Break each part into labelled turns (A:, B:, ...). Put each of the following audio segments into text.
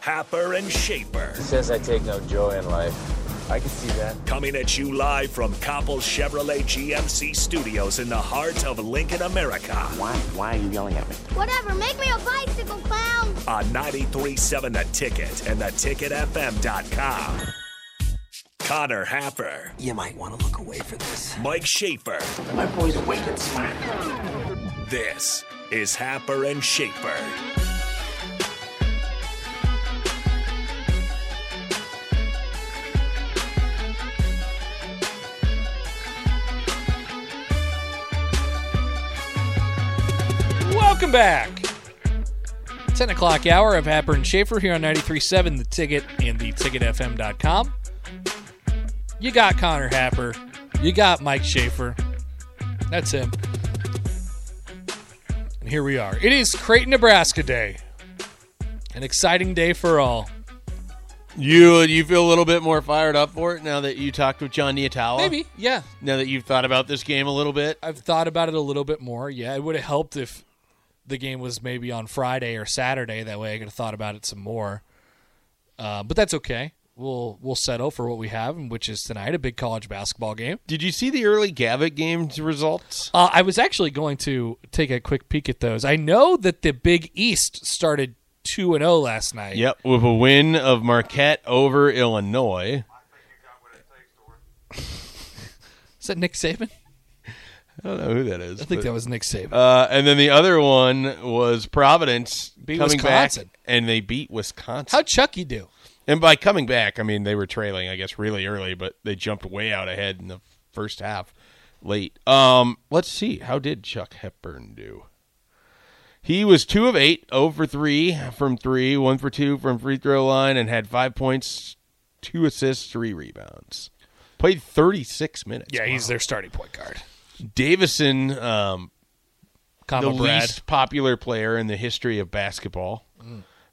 A: Happer and Shaper.
B: Says I take no joy in life. I can see that.
A: Coming at you live from Copple Chevrolet GMC Studios in the heart of Lincoln, America.
C: Why, why are you yelling at me?
D: Whatever, make me a bicycle clown.
A: On 93.7 The Ticket and theticketfm.com. Connor Happer,
E: You might want to look away for this.
A: Mike Shaper.
E: My boy's awake and smart.
A: This is Happer and Shaper.
F: Welcome back. 10 o'clock hour of Happer and Schaefer here on 93.7 The Ticket and theticketfm.com. You got Connor Happer. You got Mike Schaefer. That's him. And here we are. It is Creighton, Nebraska Day. An exciting day for all.
G: You you feel a little bit more fired up for it now that you talked with John Niatawa?
F: Maybe, yeah.
G: Now that you've thought about this game a little bit.
F: I've thought about it a little bit more. Yeah, it would have helped if the game was maybe on Friday or Saturday. That way, I could have thought about it some more. Uh, but that's okay. We'll we'll settle for what we have, which is tonight a big college basketball game.
G: Did you see the early Gavitt games results?
F: Uh, I was actually going to take a quick peek at those. I know that the Big East started two and zero last night.
G: Yep, with a win of Marquette over Illinois.
F: Is that Nick Saban?
G: I don't know who that is.
F: I think that was Nick Saban.
G: Uh, and then the other one was Providence
F: Beat
G: coming
F: Wisconsin.
G: back, and they beat Wisconsin.
F: How'd Chucky do?
G: and by coming back, I mean they were trailing, I guess, really early, but they jumped way out ahead in the first half, late. Um, let's see, how did Chuck Hepburn do? He was two of eight, zero for three from three, one for two from free throw line, and had five points, two assists, three rebounds. Played thirty six minutes.
F: Yeah, he's their starting point guard.
G: Davison, um,
F: Comma
G: the
F: Brad.
G: least popular player in the history of basketball.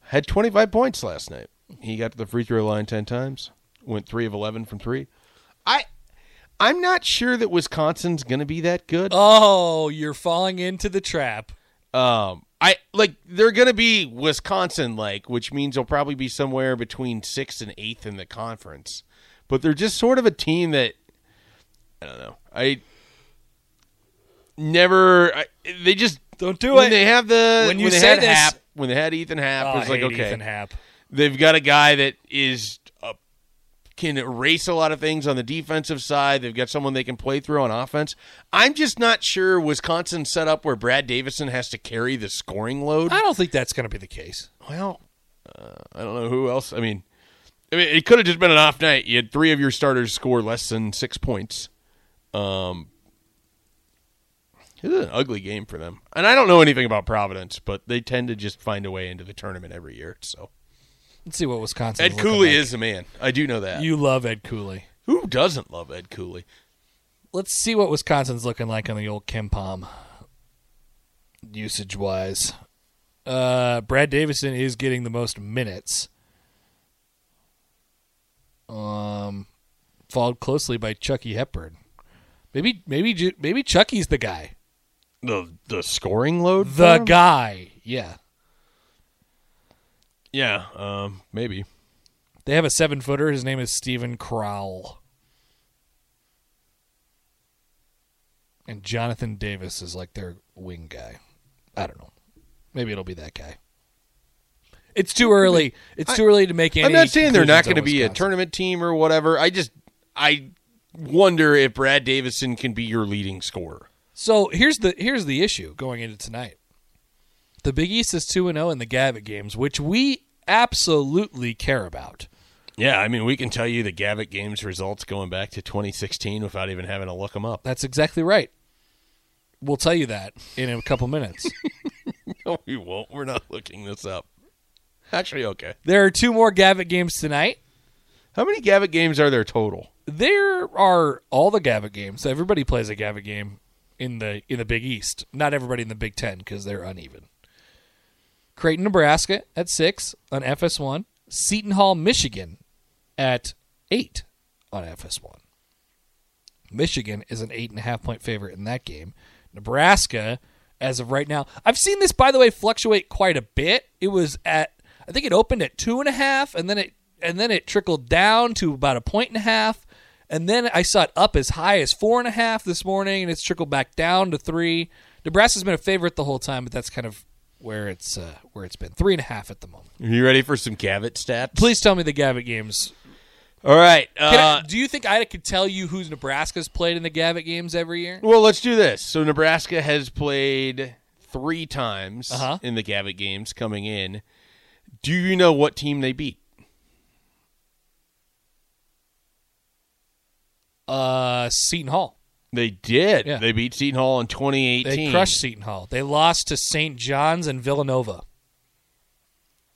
G: Had 25 points last night. He got to the free throw line 10 times, went 3 of 11 from 3. I I'm not sure that Wisconsin's going to be that good.
F: Oh, you're falling into the trap.
G: Um I like they're going to be Wisconsin like, which means they'll probably be somewhere between 6th and 8th in the conference. But they're just sort of a team that I don't know. I never I, they just
F: Don't do
G: when
F: it.
G: they have the
F: When
G: when,
F: you
G: they
F: say
G: had
F: this-
G: Hap, when they had Ethan Hap,
F: Oh,
G: it
F: I
G: was like
F: hate
G: okay,
F: Ethan Happ.
G: they've got a guy that is uh can erase a lot of things on the defensive side. They've got someone they can play through on offense. I'm just not sure Wisconsin set up where Brad Davison has to carry the scoring load.
F: I don't think that's going to be the case.
G: Well, uh, I don't know who else. I mean, I mean, it could have just been an off night. You had three of your starters score less than six points. Um, this is an ugly game for them, and I don't know anything about Providence, but they tend to just find a way into the tournament every year. So
F: Let's see what Wisconsin.
G: Ed Cooley is the man. I do know that.
F: You love Ed Cooley.
G: who doesn't love Ed Cooley?
F: Let's see what Wisconsin's looking like on the old Kim Palm usage wise. Uh, Brad Davison is getting the most minutes. Um, followed closely by Chucky Hepburn. Maybe, maybe, Ju- maybe Chucky's the guy.
G: The the scoring load. for
F: The
G: him?
F: guy. Yeah,
G: Yeah. Um. Maybe.
F: they have a seven footer. His name is Stephen Crowell. And Jonathan Davis is like their wing guy. I don't know. Maybe it'll be that guy. It's too early. It's too early to make any.
G: I'm not saying they're not
F: conclusions on
G: going to be a
F: Wisconsin.
G: tournament team or whatever. I just I wonder if Brad Davison can be your leading scorer.
F: So here's the here's the issue going into tonight. The Big East is two and zero in the Gavitt games, which we absolutely care about.
G: Yeah, I mean, we can tell you the Gavitt games results going back to 2016 without even having to look them up.
F: That's exactly right. We'll tell you that in a couple minutes.
G: No, we won't. We're not looking this up. Actually, okay.
F: there are two more Gavitt games tonight.
G: How many Gavitt games are there total?
F: There are all the Gavitt games. Everybody plays a Gavitt game in the in the Big East. Not everybody in the Big Ten because they're uneven. Creighton, Nebraska at six on FS1. Seton Hall, Michigan at eight on FS1. Michigan is an eight and a half point favorite in that game. Nebraska, as of right now, I've seen this by the way fluctuate quite a bit. It was at I think it opened at two and a half, and then it and then it trickled down to about a point and a half, and then I saw it up as high as four and a half this morning, and it's trickled back down to three. Nebraska's been a favorite the whole time, but that's kind of where it's uh, where it's been three and a half at the moment.
G: Are you ready for some Gavitt stats?
F: Please tell me the Gavitt games.
G: All right.
F: Can I-
G: Uh,
F: do you think I could tell you who's Nebraska's played in the Gavitt games every year?
G: well, let's do this. So Nebraska has played three times
F: Uh-huh.
G: in the Gavitt games coming in. Do you know what team they beat?
F: Uh, Seton Hall.
G: They did.
F: Yeah.
G: They beat Seton Hall in 2018.
F: They crushed Seton Hall. They lost to St. John's and Villanova.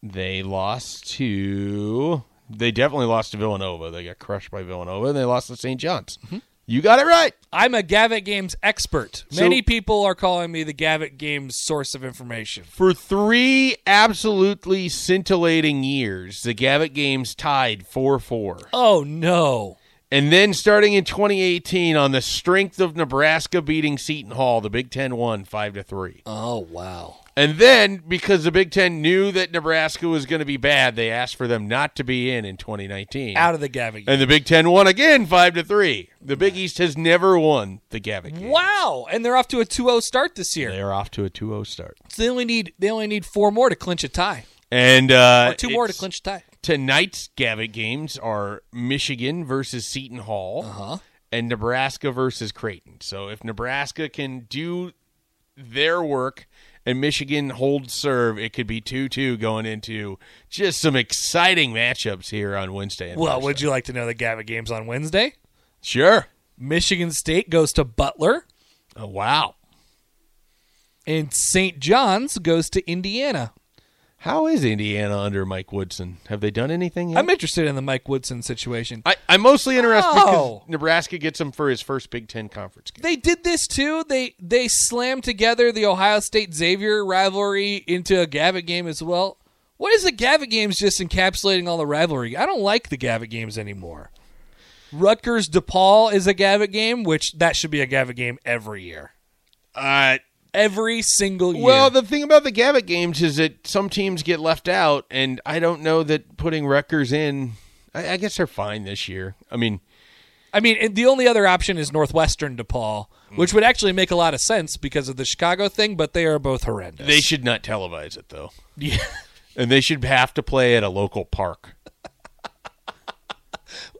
G: They lost to. They definitely lost to Villanova. They got crushed by Villanova, and they lost to St. John's.
F: Mm-hmm.
G: You got it right.
F: I'm a Gavitt Games expert.
G: So-
F: Many people are calling me the Gavitt Games source of information.
G: For three absolutely scintillating years, the Gavitt games tied 4 4.
F: Oh no.
G: And then starting in 2018, on the strength of Nebraska beating Seton Hall, the Big Ten won 5 to 3.
F: Oh wow.
G: And then, because the Big Ten knew that Nebraska was going to be bad, they asked for them not to be in in 2019.
F: Out of the Gavitt Games.
G: And the Big Ten won again, five to three. The Big East has never won the Gavitt game.
F: Wow. And they're off to a 2-0 start this year.
G: They are off to a 2-0 start,
F: So they only need they only need four more to clinch a tie.
G: and uh,
F: Or two more to
G: it's-
F: clinch a tie.
G: Tonight's Gavitt games are Michigan versus Seton Hall, uh-huh. and Nebraska versus Creighton. So if Nebraska can do their work and Michigan holds serve, it could be two-two going into just some exciting matchups here on Wednesday. and
F: Well,
G: Thursday.
F: would you like to know the Gavitt Games on Wednesday?
G: sure?
F: Michigan State goes to Butler
G: Oh, wow.
F: and St. John's goes to Indiana.
G: How is Indiana under Mike Woodson? Have they done anything yet?
F: I'm interested in the Mike Woodson situation.
G: I, I'm mostly interested
F: Oh.
G: because Nebraska gets him for his first Big Ten conference game.
F: they did this too. They they slammed together the Ohio State Xavier rivalry into a Gavitt game as well. What is the Gavitt games just encapsulating all the rivalry? I don't like the Gavitt games anymore. Rutgers DePaul is a Gavitt game, which that should be a Gavitt game every year.
G: Uh,
F: Every single year.
G: well, the thing about the Gavitt games is that some teams get left out, and I don't know that putting Rutgers in. I, I guess they're fine this year. I mean,
F: I mean, and the only other option is Northwestern DePaul,
G: Mm.
F: which would actually make a lot of sense because of the Chicago thing, but they are both horrendous.
G: they should not televise it though,
F: Yeah.
G: and they should have to play at a local park.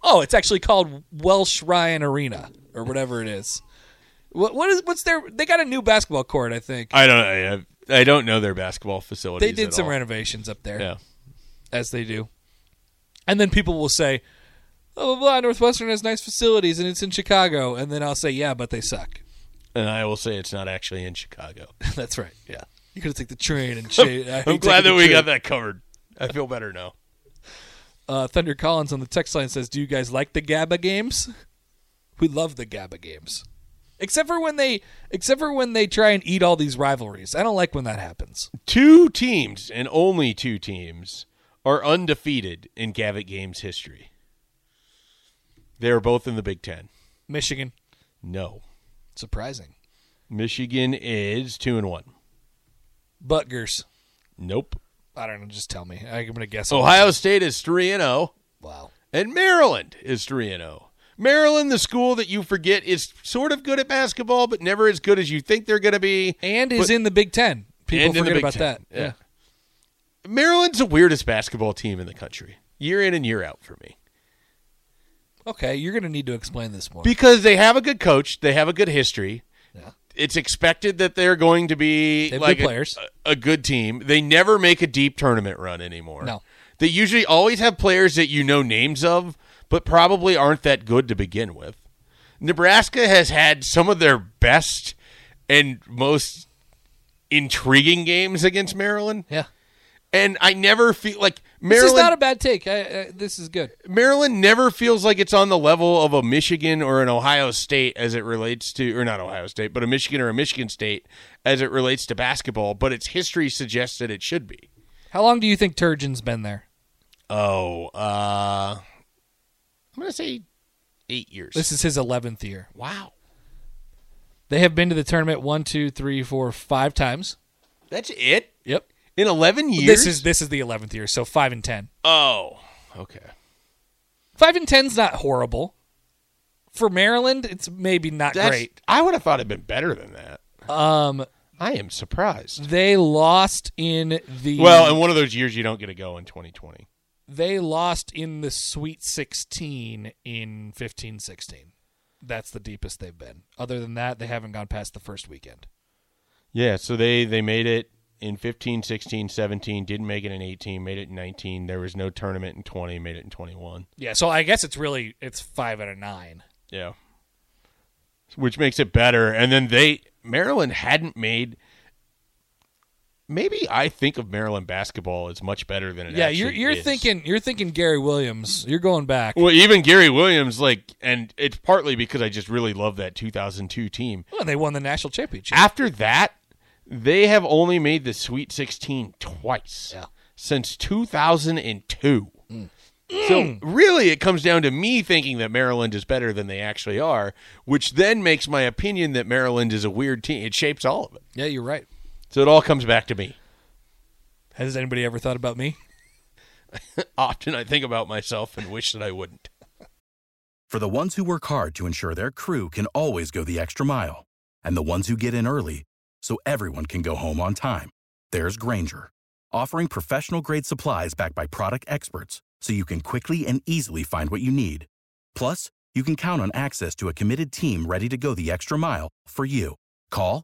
F: Oh, it's actually called Welsh Ryan Arena or whatever it is. What what is what's their? They got a new basketball court, I think.
G: I don't. I, I don't know their basketball facilities.
F: they did
G: at
F: some
G: all.
F: renovations up there,
G: Yeah.
F: as they do. And then people will say, "Oh, blah, blah, Northwestern has nice facilities, and it's in Chicago." And then I'll say, "Yeah, but they suck."
G: And I will say it's not actually in Chicago.
F: That's right. Yeah, you could take the train and. shade- I hate
G: I'm glad that
F: taking the
G: we
F: train.
G: got that covered. I feel better now.
F: Uh, Thunder Collins on the text line says, "Do you guys like the GABA games? We love the GABA games, except for when they except for when they try and eat all these rivalries. I don't like when that happens.
G: two teams and only two teams are undefeated in Gavitt Games history. They are both in the Big Ten.
F: Michigan,
G: No,
F: surprising.
G: Michigan is two and one.
F: Butgers,
G: Nope.
F: I don't know. Just tell me. I'm gonna guess.
G: Ohio State is three and zero,
F: Wow.
G: and Maryland is three and zero. Maryland, the school that you forget is sort of good at basketball, but never as good as you think they're going to be.
F: And is
G: But-
F: in the Big Ten. People
G: And in the
F: forget
G: Big
F: about
G: Ten,
F: that.
G: yeah. Maryland's the weirdest basketball team in the country, year in and year out for me.
F: Okay, you're going to need to explain this more.
G: Because they have a good coach, they have a good history.
F: Yeah.
G: It's expected that they're going to be
F: They have good
G: like a-
F: players.
G: A, a good team. They never make a deep tournament run anymore.
F: No.
G: They usually always have players that you know names of, but probably aren't that good to begin with. Nebraska has had some of their best and most intriguing games against Maryland,
F: yeah.
G: and I never feel like
F: This
G: Maryland
F: is not a bad take. I, I, this is good.
G: Maryland never feels like it's on the level of a Michigan or an Ohio State as it relates to, or not Ohio State, but a Michigan or a Michigan State as it relates to basketball. But its history suggests that it should be.
F: How long do you think Turgeon's been there?
G: Oh, uh, I'm gonna say eight years.
F: This is his 11th year.
G: wow,
F: They have been to the tournament one, two, three, four, five times.
G: that's it
F: Yep.
G: in 11 years.
F: This is this is the 11th year, so 5 and 10.
G: oh, okay.
F: 5 and 10's not horrible. For Maryland, it's maybe not
G: That's,
F: great.
G: I would have thought it'd been better than that.
F: Um
G: I am surprised.
F: they lost in the
G: Well, and one of those years you don't get to go in 2020.
F: they lost in the Sweet 16 in 15 16. That's the deepest they've been. Other than that, they haven't gone past the first weekend.
G: Yeah, so they they made it in 15, 16, 17, didn't make it in 18, made it in 19. There was no tournament in 20, made it in 21.
F: Yeah, so I guess it's really it's 5 out of 9.
G: Yeah. Which makes it better. And then they Maryland hadn't made Maybe I think of Maryland basketball as much better than it
F: yeah,
G: actually
F: you're you're
G: is.
F: thinking you're thinking Gary Williams. You're going back.
G: Well, even Gary Williams like and it's partly because I just really love that 2002 team.
F: Well, they won the national championship.
G: after that, they have only made the Sweet 16 twice
F: Yeah.
G: since 2002. So really, it comes down to me thinking that Maryland is better than they actually are, which then makes my opinion that Maryland is a weird team. It shapes all of it.
F: Yeah, you're right.
G: So it all comes back to me.
F: Has anybody ever thought about me?
G: Often I think about myself and wish that I wouldn't.
H: For the ones who work hard to ensure their crew can always go the extra mile, and the ones who get in early so everyone can go home on time, there's Granger, offering professional grade supplies backed by product experts so you can quickly and easily find what you need. Plus, you can count on access to a committed team ready to go the extra mile for you. Call,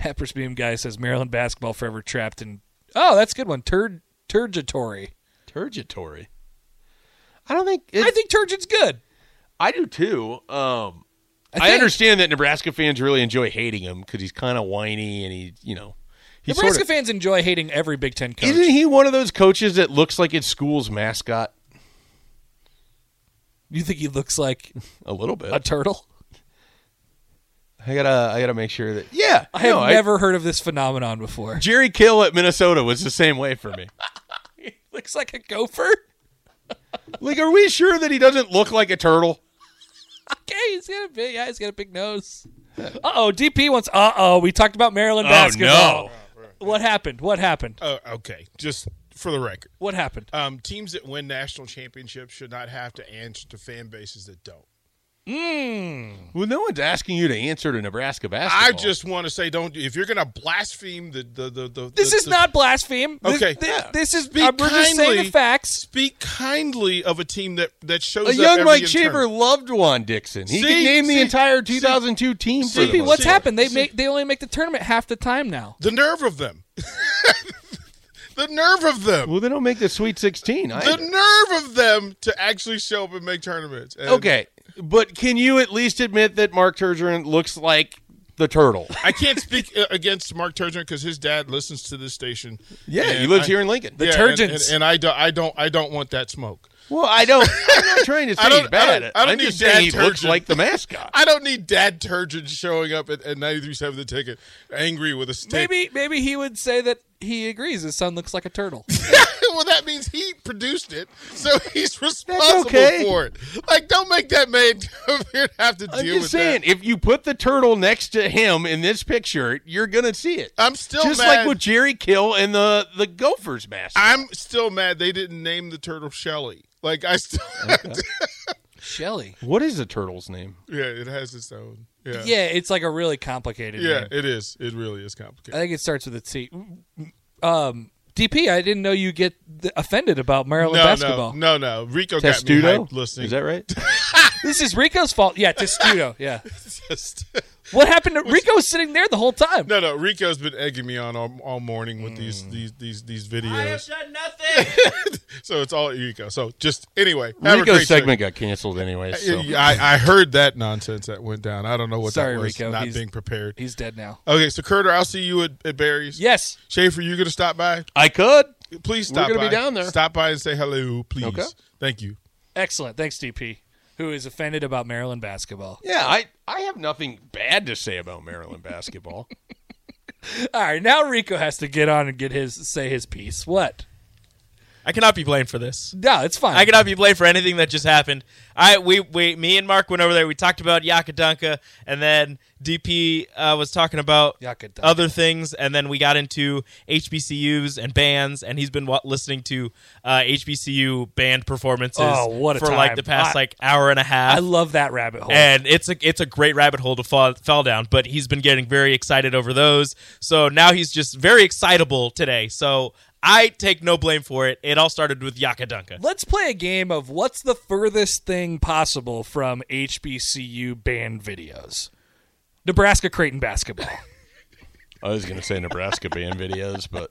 F: Happersbeam guy says Maryland basketball forever trapped in. Oh, that's a good one. Turd Turgitory.
G: Turgitory. I don't think. It,
F: I think Turgeon's good.
G: I do too. Um, I,
F: I think-
G: understand that Nebraska fans really enjoy hating him because he's kind of whiny and he, you know, he's
F: Nebraska
G: sort of,
F: fans enjoy hating every Big Ten coach.
G: Isn't he one of those coaches that looks like his school's mascot
F: You think he looks like
G: a little bit?
F: a turtle?
G: I gotta, I gotta make sure that. Yeah,
F: I have
G: no,
F: never heard of this phenomenon before.
G: Jerry Kill at Minnesota was the same way for me.
F: looks like a gopher.
G: like, are we sure that he doesn't look like a turtle?
F: Okay, he's got a big. Yeah, he's got a big nose. Uh oh, DP wants. Uh oh, we talked about Maryland basketball. What happened? What happened?
I: Uh, okay, just for the record,
F: What happened?
I: um, teams that win national championships should not have to answer to fan bases that don't.
F: Mm.
G: Well, no one's asking you to answer to Nebraska basketball.
I: I just want to say, don't if you're going to blaspheme the the the. the
F: This
I: the-
F: is
I: the-
F: not blaspheme. This-
I: Okay.
F: This, this is.
I: Be
F: uh, we're just saying the
I: kindly-
F: facts.
I: Speak kindly of a team that that shows
G: a
I: up
G: young
I: every
G: Mike
I: in
G: Shaver
I: tournament.
G: loved Juan Dixon. He
I: See?
G: could name the
I: See?
G: entire 2002 team for
I: See?
G: them.
F: Stevie, what's
I: See-
F: happened? They
I: see-
F: make they only make the tournament half the time now.
I: The nerve of them. the nerve of them.
G: Well, they don't make the Sweet 16. I,
I: The nerve of them to actually show up and make tournaments. And
G: okay, but can you at least admit that Mark Turgeon looks like the turtle?
I: I can't speak uh, against Mark Turgeon because his dad listens to this station.
G: Yeah,
I: And
G: he lives
I: I-
G: here in Lincoln.
F: The
I: yeah, and,
F: Turgeons.
I: and, and I, do, I don't I don't want that smoke.
G: Well, I don't. I'm not trying to say
I: I don't-
G: he's bad.
I: I don't- I
G: am
I: don't
G: just
I: need
G: saying he
I: Dad
G: looks
I: Turgeon.
G: like the mascot.
I: I don't need Dad Turgeon showing up at, at 93.7 the ticket angry with a stick.
F: Maybe maybe he would say that he agrees his son looks like a turtle.
I: well, that means he produced it, so he's responsible
G: okay.
I: for it. Like, don't make that man come here and have to deal
G: I'm
I: with
G: just saying,
I: that.
G: if you put the turtle next to him in this picture, you're gonna see it.
I: I'm still
G: just
I: mad.
G: like with Jerry Kill and the the Gophers mascot.
I: I'm still mad they didn't name the turtle Shelly. Like, I still,
F: Shelly.
G: what is the turtle's name?
I: yeah, it has its own. Yeah,
F: Yeah. it's like a really complicated.
I: Yeah,
F: name.
I: it is. It really is
F: I
I: complicated.
F: think it starts with a T. Um, DP, I didn't know you get th- offended about Maryland
I: no,
F: basketball.
I: no, no, no. Rico got me
G: Testudo.
I: hyped listening.
G: Is that right?
F: This is Rico's fault. Yeah, Testudo. Yeah.
I: Just-
F: What happened to Rico was sitting there the whole time?
I: no, no. Rico's been egging me on all, all morning with these
G: Mm.
I: these these these videos.
B: done nothing.
I: so it's all Rico. So just anyway, have a
G: Rico's
I: great day. Uh,
G: segment got canceled anyway. So.
I: I, I heard that nonsense that went down. I don't know what
F: Sorry,
I: that was.
F: Rico.
I: Not
F: He's-
I: being prepared.
F: He's dead now.
I: Okay, so Curter, I'll see you at, at Barry's.
F: Yes.
I: Schaefer, you gonna stop by?
G: I could.
I: Please
G: We're
I: stop
G: gonna
I: by.
G: be down there.
I: Stop by and say hello, please.
G: Okay.
I: Thank you.
F: Excellent. Thanks, DP, who is offended about Maryland basketball.
G: Yeah, I I have nothing bad to say about Maryland basketball.
F: All right, now Rico has to get on and get his say his piece. What?
B: I cannot be blamed for this.
F: No, it's fine.
B: I cannot be blamed for anything that just happened. I we, we me and Mark went over there. We talked about Yakadunka, and then DP uh, was talking about
F: Yakadunka.
B: other things, and then we got into HBCUs and bands, and he's been wa listening to uh, HBCU band performances
F: Oh, what a
B: for like
F: time.
B: the past
F: I-
B: like hour and a half.
F: I love that rabbit hole.
B: and it's a it's a great rabbit hole to fall fell down. But he's been getting very excited over those, so now he's just very excitable today. So I take no blame for it. It all started with Yakadunka.
F: Let's play a game of what's the furthest thing possible from HBCU band videos. Nebraska Creighton basketball.
G: I was going to say Nebraska band videos, but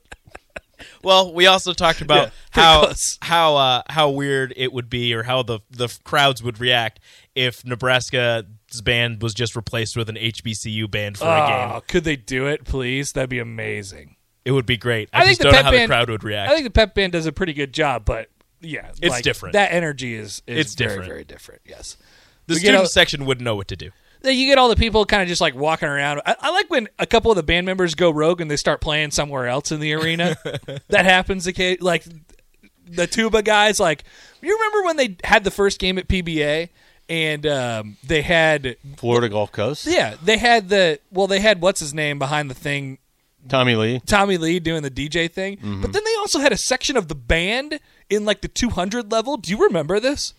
B: Well, we also talked about
F: pretty
B: how
F: close.
B: how uh, how weird it would be, or how the the crowds would react if Nebraska's band was just replaced with an HBCU band for a
F: oh,
B: game.
F: could they do it, please? That'd be amazing.
B: It would be great. I, just don't know how the crowd would react.
F: I think the pep band does a pretty good job, but yeah,
B: It's
F: like,
B: different.
F: That energy is, is
B: It's
F: very,
B: different.
F: very different. Yes.
B: the
F: we get
B: student
F: a-
B: section wouldn't know what to do.
F: Then you get all the people kind of just like walking around. I, I like when a couple of the band members go rogue and they start playing somewhere else in the arena. that happens. occa- Like the tuba guys, like you remember when they had the first game at PBA and um, they had
G: Florida Gulf Coast.
F: yeah they had the well they had what's his name behind the thing
G: Tommy Lee.
F: Tommy Lee doing the DJ thing,
B: Mm-hmm.
F: but then they also had a section of the band in like the 200 level. Do you remember this?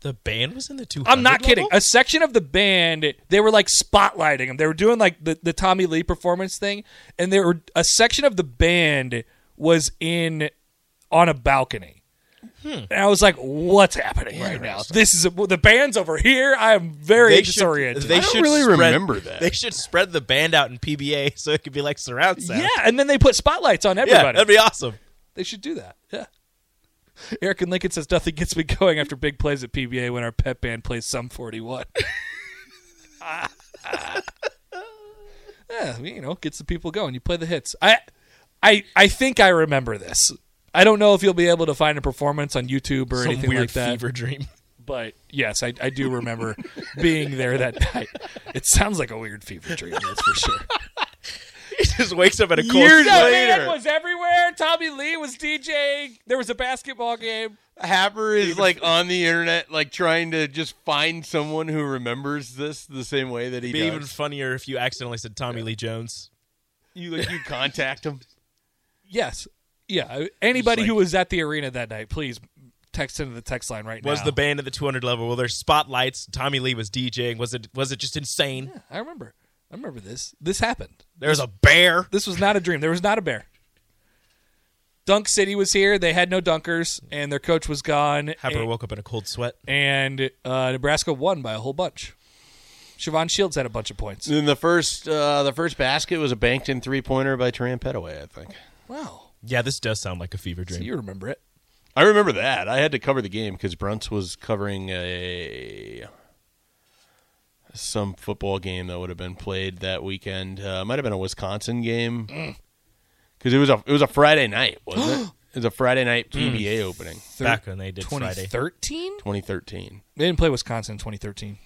B: The band was in the two.
F: I'm not kidding. A section of the band, they were like spotlighting him. They were doing like the, the Tommy Lee performance thing, and there were a section of the band was in on a balcony.
B: Hmm.
F: And I was like, "What's happening right now? This is the band's over here. I am very disoriented."
B: Should, they
G: I don't
B: should
G: really
B: spread-
G: remember that.
B: They should spread the band out in PBA so it could be like surround sound.
F: yeah, and then they put spotlights on
B: yeah,
F: everybody.
B: that'd be awesome.
F: They should do that. Yeah. Eric and Lincoln says nothing gets me going after big plays at PBA when our pet band plays some 41. yeah, you know, gets the people going. You play the hits. I, I, I think I remember this. I don't know if you'll be able to find a performance on YouTube or
B: Some
F: anything
B: weird
F: like that.
B: fever dream.
F: But yes, I, I do remember being there that night. It sounds like a weird fever dream, that's for sure.
B: He just wakes up at a cold
G: Years
B: sweat.
F: The
G: later.
F: band was everywhere. Tommy Lee was DJing. There was a basketball game.
G: Happer is like on the internet, like trying to just find someone who remembers this the same way that he
B: It'd be
G: does.
B: even funnier if you accidentally said Tommy Lee Jones.
G: you like you contact him.
F: Yes. Yeah. Anybody
B: Just like-
F: who was at the arena that night, please text into the text line right
B: was
F: now.
B: the band at the 200 level? Were there spotlights? Tommy Lee was DJing. Was it was it just insane?
F: I remember. I remember this. This happened.
B: There's a bear.
F: This was not a dream. There was not a bear. Dunk City was here. They had no dunkers, and their coach was gone.
B: Happer
F: and,
B: woke up in a cold sweat.
F: and uh, Nebraska won by a whole bunch. Siobhan Shields had a bunch of points.
G: Then the first uh, the first basket was a banked in three pointer by Tran Petaway, I think.
F: Wow.
B: Yeah, this does sound like a fever
F: So
B: dream.
F: you remember it.
G: I remember that. I had to cover the game because Brunts was covering a some football game that would have been played that weekend. Uh, might have been a Wisconsin game
F: Mm.
G: because it was a it was a Friday night, wasn't it? It was a Friday
F: Mm.
G: night PBA opening,
B: Back when they did Friday.
F: 2013?
G: 2013.
F: They didn't play Wisconsin in 2013.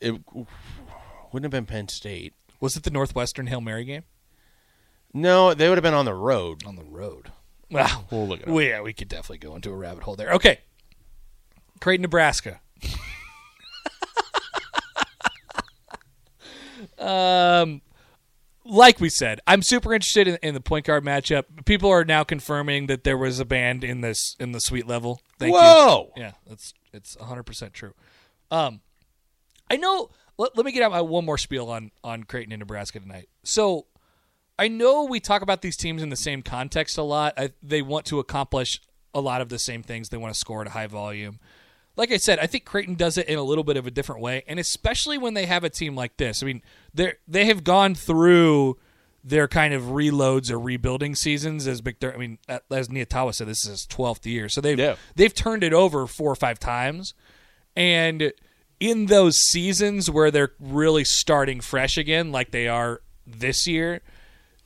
G: It wouldn't have been Penn State.
F: Was it the Northwestern Hail Mary game?
G: No, they would have been on the road.
F: On the road. Wow.
G: We'll look it up.
F: Well, yeah, we could definitely go into a rabbit hole there. Okay. Creighton, Nebraska. um, like we said, I'm super interested in, in the point guard matchup. People are now confirming that there was a band in this in the suite level. Thank
G: Whoa!
F: you. Yeah, that's it's 100 percent true. Um, I know. Let, let me get out my one more spiel on on Creighton and Nebraska tonight. So I know we talk about these teams in the same context a lot. I, they want to accomplish a lot of the same things. They want to score at a high volume. Like I said, I think Creighton does it in a little bit of a different way, and especially when they have a team like this. I mean, they they have gone through their kind of reloads or rebuilding seasons as McDermott. I mean, that- as Niatawa said, this is his twelfth year, so they've
G: Yeah.
F: they've turned it over four or five times, and in those seasons where they're really starting fresh again, like they are this year,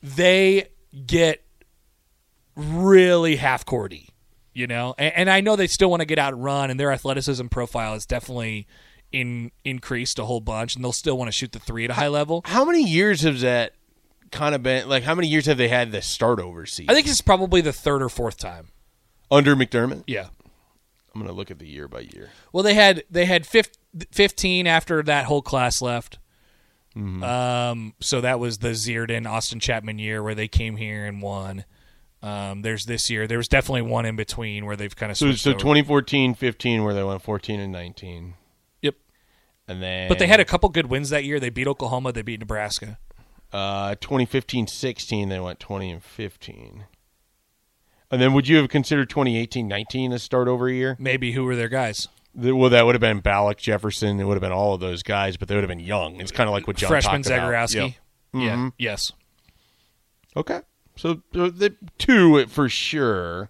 F: they get really half courty, you know. And, and I know they still want to get out and run, and their athleticism profile is definitely in increased a whole bunch, and they'll still want to shoot the three at a high level.
G: How many years has that kind of been? Like, how many years have they had the start over season?
F: I think this is probably the third or fourth time.
G: under McDermott.
F: Yeah.
G: I'm gonna look at the year by year.
F: Well, they had they had fif- fifteen after that whole class left.
G: Mm-hmm.
F: Um, so that was the Zierden Austin Chapman year where they came here and won. Um, there's this year. There was definitely one in between where they've kind of
G: So,
F: switched
G: so
F: over.
G: 2014, 15, where they went 14 and 19,
F: Yep.
G: and then
F: But they had a couple good wins that year. They beat Oklahoma. They beat Nebraska.
G: uh, 2015, 16. They went 20 and 15, and then would you have considered 2018, 19 a start over year?
F: Maybe who were their guys?
G: The- Well, that would have been Ballack, Jefferson. It would have been all of those guys, but they would have been young. It's kind of like what John
F: Freshman
G: talked about.
F: Zagorowski.
G: Yeah.
F: Yeah.
G: Mhm.
F: Yes.
G: Okay, so uh, the two for sure.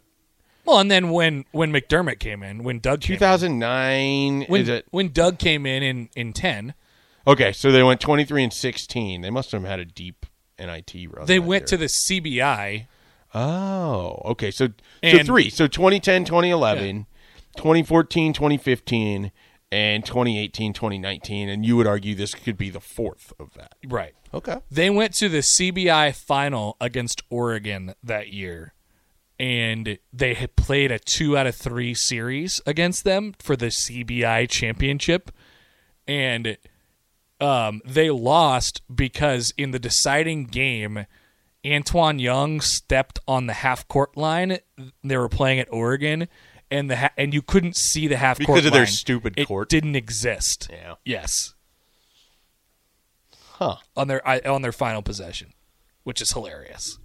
F: Well, and then when when McDermott came in, when Doug came in,
G: 2009
F: when,
G: is it?
F: when Doug came in in in ten,
G: Okay, so they went 23 and 16. They must have had a deep NIT run.
F: they
G: that
F: went
G: year.
F: to the CBI.
G: Oh, okay. So so
F: And-
G: 3. So 2010, 2011, 2014, 2015 and 2018, 2019 and you would argue this could be the fourth of that.
F: Right.
G: Okay.
F: They went to the CBI final against Oregon that year, and they had played a two out of three series against them for the CBI championship, and um, they lost because in the deciding game, Antoine Young stepped on the half court line. They were playing at Oregon, and the ha- and you couldn't see the half court
G: Because of their
F: line.
G: stupid
F: it
G: court.
F: didn't exist.
G: Yeah.
F: Yes
G: Huh.
F: on their I- on their final possession, which is hilarious.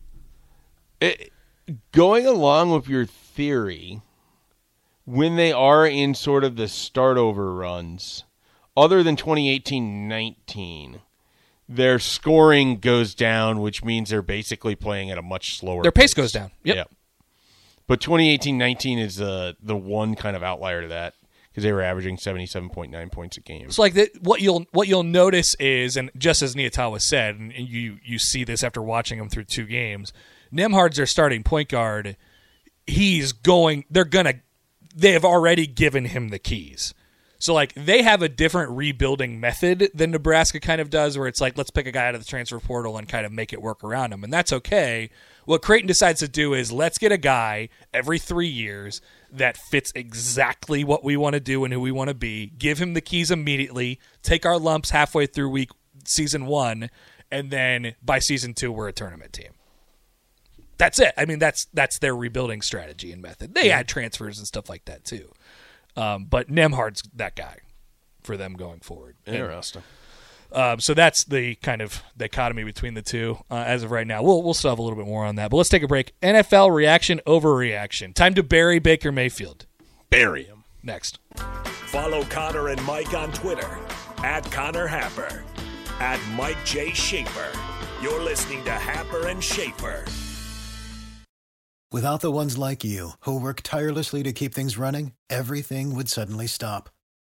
G: It, Eh, going along with your theory, when they are in sort of the start over runs, other than 2018 19, their scoring goes down, which means they're basically playing at a much slower
F: Their pace goes down. Yep.
G: Yeah. But 2018 19 is uh, the one kind of outlier to that because they were averaging 77.9 points a game.
F: So like the, what you'll what you'll notice is, and just as Niatawa said, and and you you see this after watching him through two games, Nemhard's their starting point guard. He's going. They're gonna. They have already given him the keys. So like they have a different rebuilding method than Nebraska kind of does, where it's like let's pick a guy out of the transfer portal and kind of make it work around him, and that's okay. What Creighton decides to do is let's get a guy every three years that fits exactly what we want to do and who we want to be. Give him the keys immediately. Take our lumps halfway through week season one, and then by season two we're a tournament team. that's it. I mean, that's that's their rebuilding strategy and method. They had transfers and stuff like that too. Um, but Nemhard's that guy for them going forward. And,
G: Interesting.
F: um, so that's the kind of dichotomy between the two uh, as of right now. We'll we'll still have a little bit more on that, but let's take a break. NFL reaction overreaction. Time to bury Baker Mayfield.
G: Bury him.
F: Next.
A: Follow Connor and Mike on Twitter at Connor Happer, at Mike J. Schaefer. You're listening to Happer and Schaefer.
H: Without the ones like you, who work tirelessly to keep things running, everything would suddenly stop.